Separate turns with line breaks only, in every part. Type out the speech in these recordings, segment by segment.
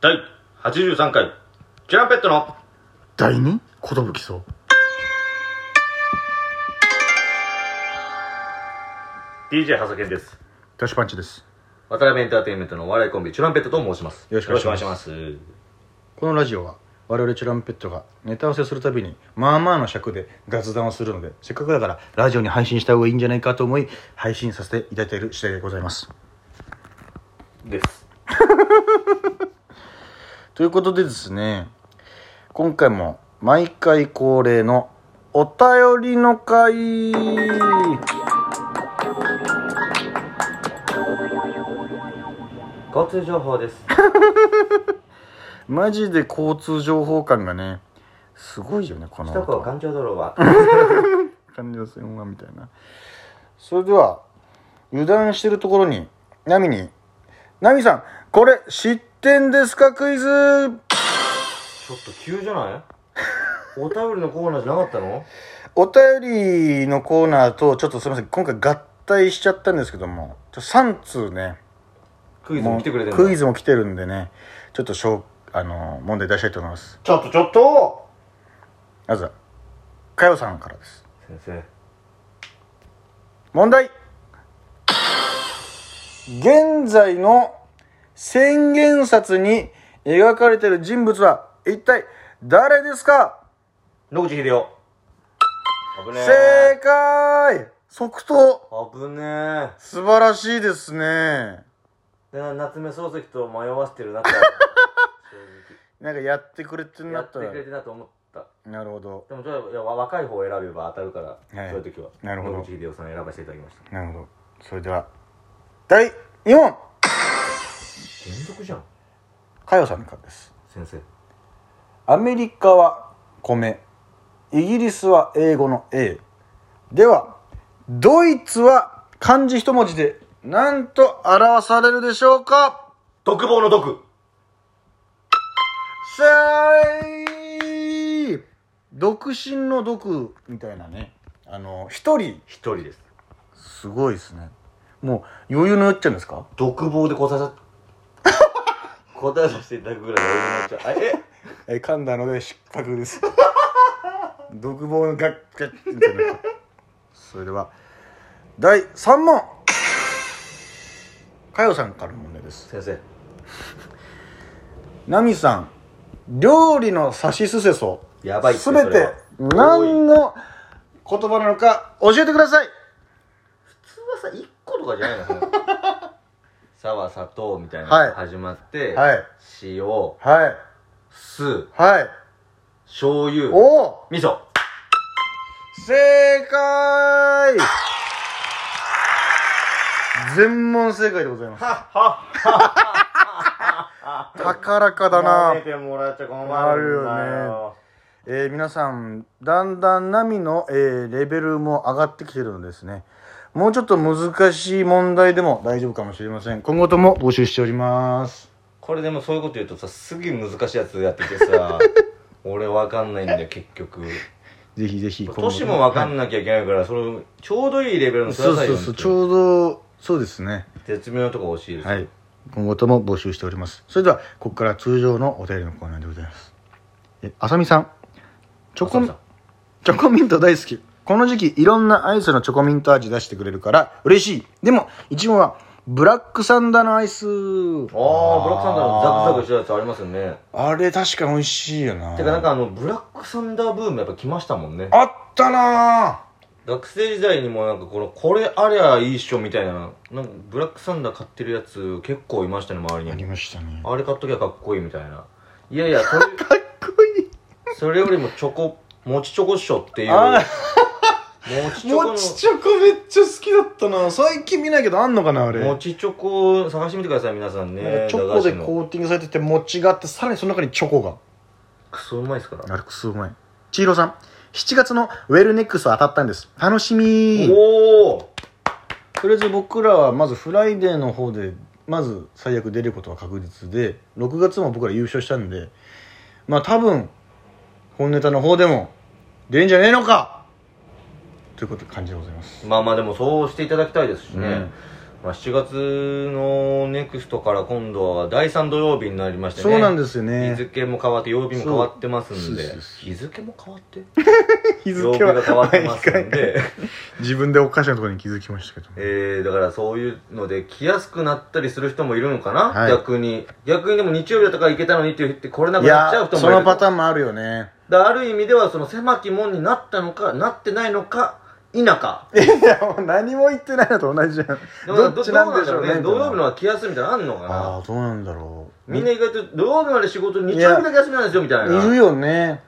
第83回チュランペットの
第二ことぶきそう
DJ 長谷です
ダッシュパンチです
渡辺エンターテインメントのお笑いコンビチュランペットと申します
よろしくお願いしますこのラジオは我々チュランペットがネタ合わせするたびにまあまあの尺で雑談をするのでせっかくだからラジオに配信した方がいいんじゃないかと思い配信させていただいている次第でございます
です
ということでですね今回も毎回恒例のお便りの会
交通情報 です
マジで交通情報感がねすごいよねこの
首都高環状道路は
感じの線がみたいなそれでは油断してるところにナミに「ナミさんこれ知ってんですかクイズ!」
ちょっと急じゃないお便りのコーナーじゃなかったの
お便りのコーナーとちょっとすみません今回合体しちゃったんですけどもちょ3通ね
クイズも来てくれてる
クイ
ズ
ズも来てるんでねちょっとしょうあの問題出したいと思います
ちょっとちょっと
まずはかよさんからです
先生
問題現在の宣言札に描かれている人物は一体誰ですか
野口英世危ね
正解即答
え危ね
素晴らしいですね
えな夏目漱石と迷わせてる 中正
なんかやってくれてん
直
な
や
っ
って
た
く
ら
れてなと思った
なるほど
でもちょっといやわ若い方を選べば当たるから、
はい
そういう時は
なるほど
野口英世さん選ばせていただきました
なるほどそれでは第2問
連続じゃん
かよさんからです
先生
アメリカは米イギリスは英語の A ではドイツは漢字一文字で何と表されるでしょうか
独房の毒
シャイ独身の毒みたいなねあの一人
一人です
すごいですねもう余裕のよっちゃうんですか
独房で答え さ答えさせていただくぐらい余裕になっちゃうあえ
え噛んだので失格です 独房のガッガッみたいなそれでは第3問かよさんからの問題です
先生
ナミさん料理のさしすせそ
やばいって
すべ
それ
て
は
何の言葉なのか教えてください
普通はさ1個とかじゃないのその さは砂糖みたいな
はい
のが始まって、
はい
塩
はい
酢
はい
醤油
おお
味噌
正解全問正解でございます高らかだな
舐めてもらっちゃ困るんだ
あるよねえー皆さんだんだん波の、えーレベルも上がってきてるのですねもうちょっと難しい問題でも大丈夫かもしれません今後とも募集しております
これでもそういうこと言うとさすげえ難しいやつやってて さ俺わかんないんだよ結局
ぜひぜひ今後
年もわかんなきゃいけないから、それちょうどいいレベルのく
そ
だ
う
さい
そ
よ
うそうち
本
ょうどそうですね
当に絶妙なとこ欲しいです、
はい今後とも募集しておりますそれではここから通常のお便りのコーナーでございますえあさみさんチョコ
浅見
ミ
さん
チョコミント大好き。この時期いろんなアイスのチョコミント味出してくれるから嬉しい。でも、一番はブラックサンダーのアイス。ああ、
あーブラックサンダーのザクザクしたやつありますよね
あれ確か美味しいよな。
てかなんかあのブラックサンダーブームやっぱ来ましたもんね
あったな
学生時代にもなんかこのこれありゃいいっしょみたいななんかブラックサンダー買ってるやつ結構いましたね周り
あり
に
ましたね。
あれ買っときゃかっこいいみたいないやいやそれ
かっこいい。
それよりもチョコもちチョコっしょっていう
あ
も
ー
ちチョコ
もちチョコめっちゃ好きだったな最近見ないけどあんのかなあれ。
のもちチョコ探してみてください皆さん
なん
ね
かチョコ
駄菓
で
子の
コーティングされてて、餅があって、さらにその中にチョコが。
クソうまいですから
あれ、くすうまい。ちいろさん、7月のウェルネックス当たったんです。楽しみー。
おお
とりあえず僕らはまずフライデーの方でまず最悪出ることは確実で6月も僕ら優勝したんでまあ多分本ネタの方でも出んじゃねえのかということ感じでございます
まあまあでもそうしていただきたいですしね、
うん
まあ、7月のネクストから今度は第3土曜日になりましてね
そうなんですよ
日
ね
付も変わって曜日も変わってますんで
そうそうそうそう
日付も変わって
日
曜日が変わってますん で
自分でおかしなところに気づきましたけど、ね、
えー、だからそういうので来やすくなったりする人もいるのかな、
はい
逆に逆にでも日曜日だったから行けたのにって言って来れないくなっちゃう
や
人もい
そ
る
のパターンもあるよね
だからある意味ではその狭き門になったのかなってないのか否か
いやもう何も言ってないのと同じじゃん
だから
どっちなんでしょうね
どどうなんだろう土曜日の
み
は気休みみたいなのあんの
た
か
いなあ
な
あどうなんだろう
みんな意外と土曜日まで仕事日曜日だけ休みなんですよみたい
いる
な
よね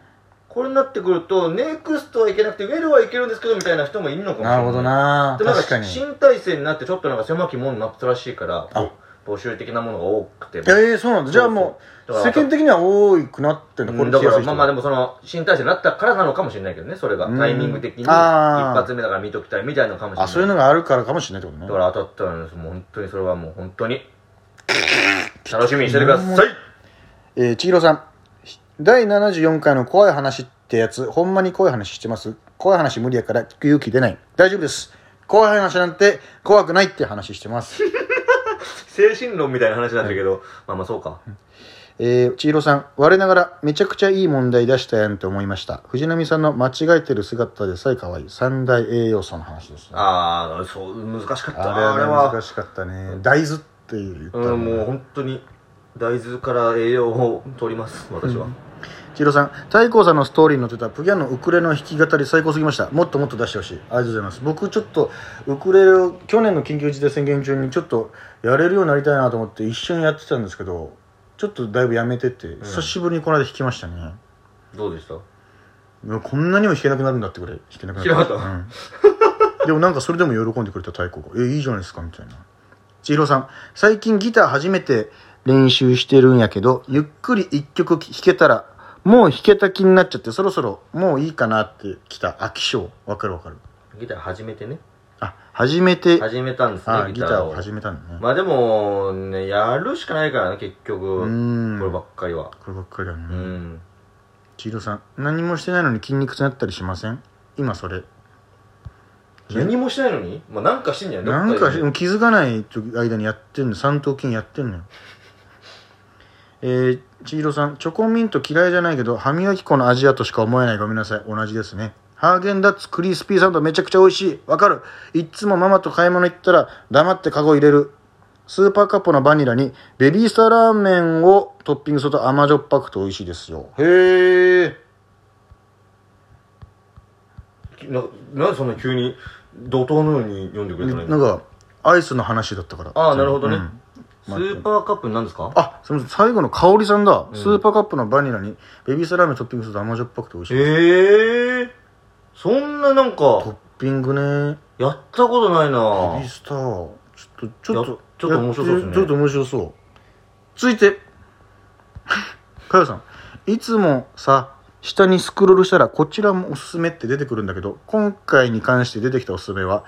これになってくるとネクストはいけなくてウェルはいけるんですけどみたいな人もいるのかもしれない
なるほどな
でもなん
確
か
かに
新体制になってちょっとなんか狭き門になったらしいから
あ
募集的なものが多くて
ええそうなんだじゃあも
そ
う
うそう
世間的には多くなってんの
うんだからまあまあで
も
もその新体制になったからなのかもしれないけどねそれが
うん
タイミング的に一
あー
発目だから見ときたいみたいなのかもしれない
あそういうのがあるからかもしれないってことね
だから当たったらですもう本当にそれはもう本当に楽しみにしててください
えー、千尋さん第74回の怖い話ってやつほんまに怖い話してます怖い話無理やから聞く勇気出ない大丈夫です怖い話なんて怖くないって話してます
精神論みたいな話なんだけど、まあまあそうか
えー、千尋さん我ながらめちゃくちゃいい問題出したやんと思いました藤波さんの間違えてる姿でさえ可愛い三大栄養素の話ですね
ああそう難しかった
あれは
あれ
ね
は
難しかったね大豆って言ったの
うんもう本当に大豆から栄養を取ります私は、
千尋さん太閤さんのストーリーに載ってたプギャンのウクレレの弾き語り最高すぎましたもっともっと出してほしいありがとうございます僕ちょっとウクレレを去年の緊急事態宣言中にちょっとやれるようになりたいなと思って一瞬やってたんですけどちょっとだいぶやめてて、久しぶりにこの間弾きましたね
どうでした
いやこんなにも弾けなくなるんだってくらい弾けなくな
弾けな
うん でもなんかそれでも喜んでくれた太鼓が「えいいじゃないですか」みたいな千尋さん最近ギター初めて練習してるんやけどゆっくり一曲弾けたらもう弾けた気になっちゃってそろそろもういいかなってきた飽き性わかるわかる
ギター始めてね
あ初めて
始めたんです
あ
ね
ギ
ギ
タ
タ
ー
ー
を
を
始めたんだね、
まあでもねやるしかないからね結局
うーん
こればっかりは
こればっかりだね、
うん
千尋さん何もしてないのに筋肉痛になったりしません今それ
何もしないのにまあなんかしてんじゃない
なんかし
どっで
気づかない間にやってんの三頭筋やってんのよえー、千尋さんチョコミント嫌いじゃないけど歯磨き粉の味やとしか思えないごめんなさい同じですねハーゲンダッツクリスピーサンドめちゃくちゃ美味しいわかるいっつもママと買い物行ったら黙ってカゴ入れるスーパーカップのバニラにベビースターラーメンをトッピングすると甘じょっぱくて美味しいですよへえ
ななんでそんな急に怒涛のように読んでくれたの
なんかアイスの話だったから
ああなるほどね、
うん
スーパーカップなんですか
あ、すみません。最後の香りさんだ。スーパーカップのバニラにベビースターラーメントッピングすると甘じょっぱくて美味し
え
い。
えそんななん
トッ
か
ピングね。
やったことない
ベ
な
ビースター。ちょっと、ちょっと
や、ちょっと面白そうですね
やってちょっと面白そう。続いて。かよさん。いつもさ、下にスクロールしたら、こちらもおすすめって出てくるんだけど、今回に関して出てきたおすすめは、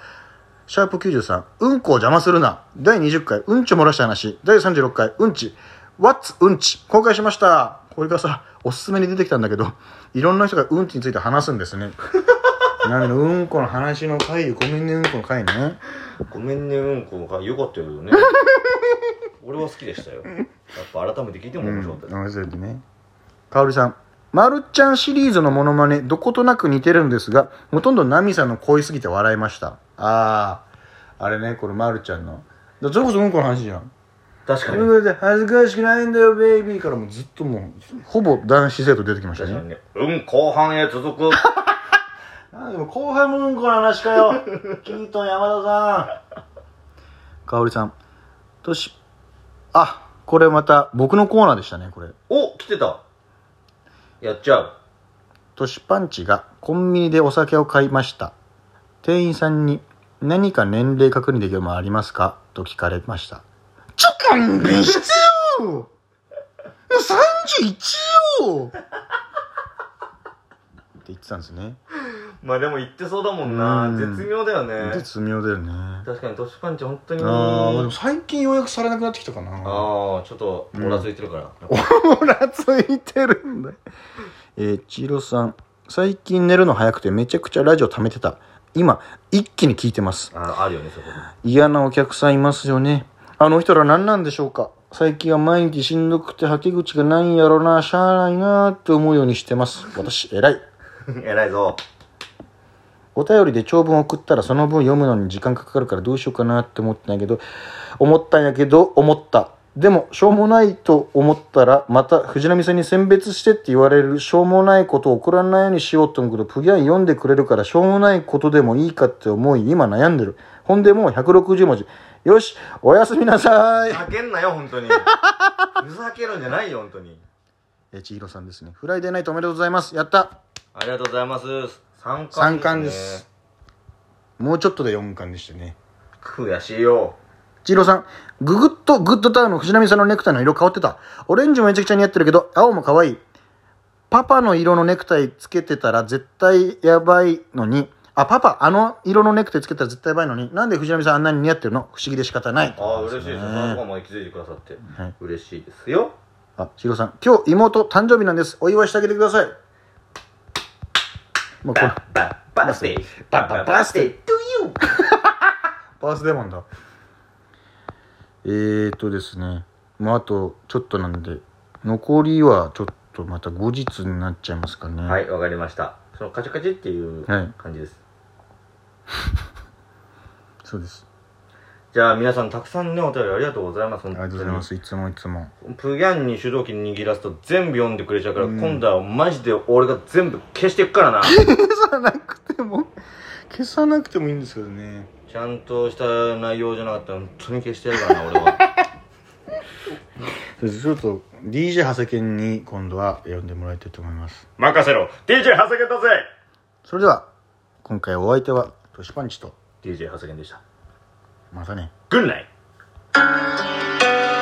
シャープ93、うんこを邪魔するな。第20回、うんちを漏らした話。第36回、うんち。What's うんち公開しました。これがさ、おすすめに出てきたんだけど、いろんな人がうんちについて話すんです ね。なので、うんこの話の回、ごめんね、うんこの回ね。
ごめんねうんこがよかったよ ね俺は好きでしたよやっぱ改めて聞いても面白かったです、
面白いねかおりさん「まるちゃん」シリーズのモノマネどことなく似てるんですがほとんどナミさんの恋すぎて笑いましたあああれねこれまるちゃんのだそれこそうんこの話じゃん
確
「
か
という
に
ことで恥ずかしくないんだよベイビー」からもうずっともうほぼ男子生徒出てきました
確かに
ね
ねうん後半へ続く
あでも後輩もうんこの話かよ キートン山田さんかおりさんとしあこれまた僕のコーナーでしたねこれ
お来てたやっちゃう
トシパンチがコンビニでお酒を買いました。店員さんに何か年齢確認できるものありますかと聞かれました。ちょ、勘弁してよ !31 よって言ってたんですね。
まあでも言ってそうだもんな
うん
絶妙だよね
絶妙だよね。あ
確かに年パンチ本当に
あー、で
あ
も最近ようやくされなくなってきたかな。
あーちょっとおらついてるから、
ほらついてるんだえー、千尋さん最近寝るの早くてめちゃくちゃラジオ貯めてた今一気に聞いてます
ああるよねそこ
嫌なお客さんいますよねあの人ら何なんでしょうか最近は毎日しんどくて吐き口がないんやろなしゃあないなって思うようにしてます私偉い
に偉いぞ
お便りで長文送ったらその分読むのに時間かかるからどうしようかなって思ったんやけど思ったんやけど思ったでもしょうもないと思ったらまた藤波さんに選別してって言われるしょうもないことを送らないようにしようと思うけどプギャン読んでくれるからしょうもないことでもいいかって思い今悩んでるほんでもう160文字よしおやすみなさい
ふざけんなよ本当にふざけるんじゃないよ本当に
え千尋さんですねフライデーナイトおめでとうございますやった
ありがとうございます三冠です、ね、
3冠ですもうちょっとで4冠でしたね
悔しいよ
千尋さん、ググッとグッドタウンの藤波さんのネクタイの色変わってた。オレンジもめちゃくちゃ似合ってるけど、青も可愛い。パパの色のネクタイつけてたら絶対やばいのに、あ、パパ、あの色のネクタイつけたら絶対やばいのに、なんで藤波さんあんなに似合ってるの不思議で仕方ない。
ああ嬉しいですそのとこまで気づいてくださって、嬉しいですよ
あ、千尋さん、今日妹誕生日なんです。お祝いしてあげてください。まあ、これ
バッバッバースデーバッバッバースデー to you
バースデーマンだえーとですねもうあとちょっとなんで残りはちょっとまた後日になっちゃいますかね、
はいいわかりましたそのカチカチっていう
はい
感じです、
そうです
じゃあ皆さんたくさんねお便りありがとうございます本
あ
当に
りがとうございますいつもいつも
プギャンに主導権握らすと全部読んでくれちゃうから、今度はマジで俺が全部消していくから な
消さなくても消さなくてもいいんですけどね
ちゃんとした内容じゃなかったら本当に消してやるからな俺 は
そうですちょっと DJ 長谷健に今度は呼んでもらいたいと思います
任せろ DJ 長谷だぜ
それでは今回お相手はトシパンチと
DJ 長谷でした
またね
グンナイ
「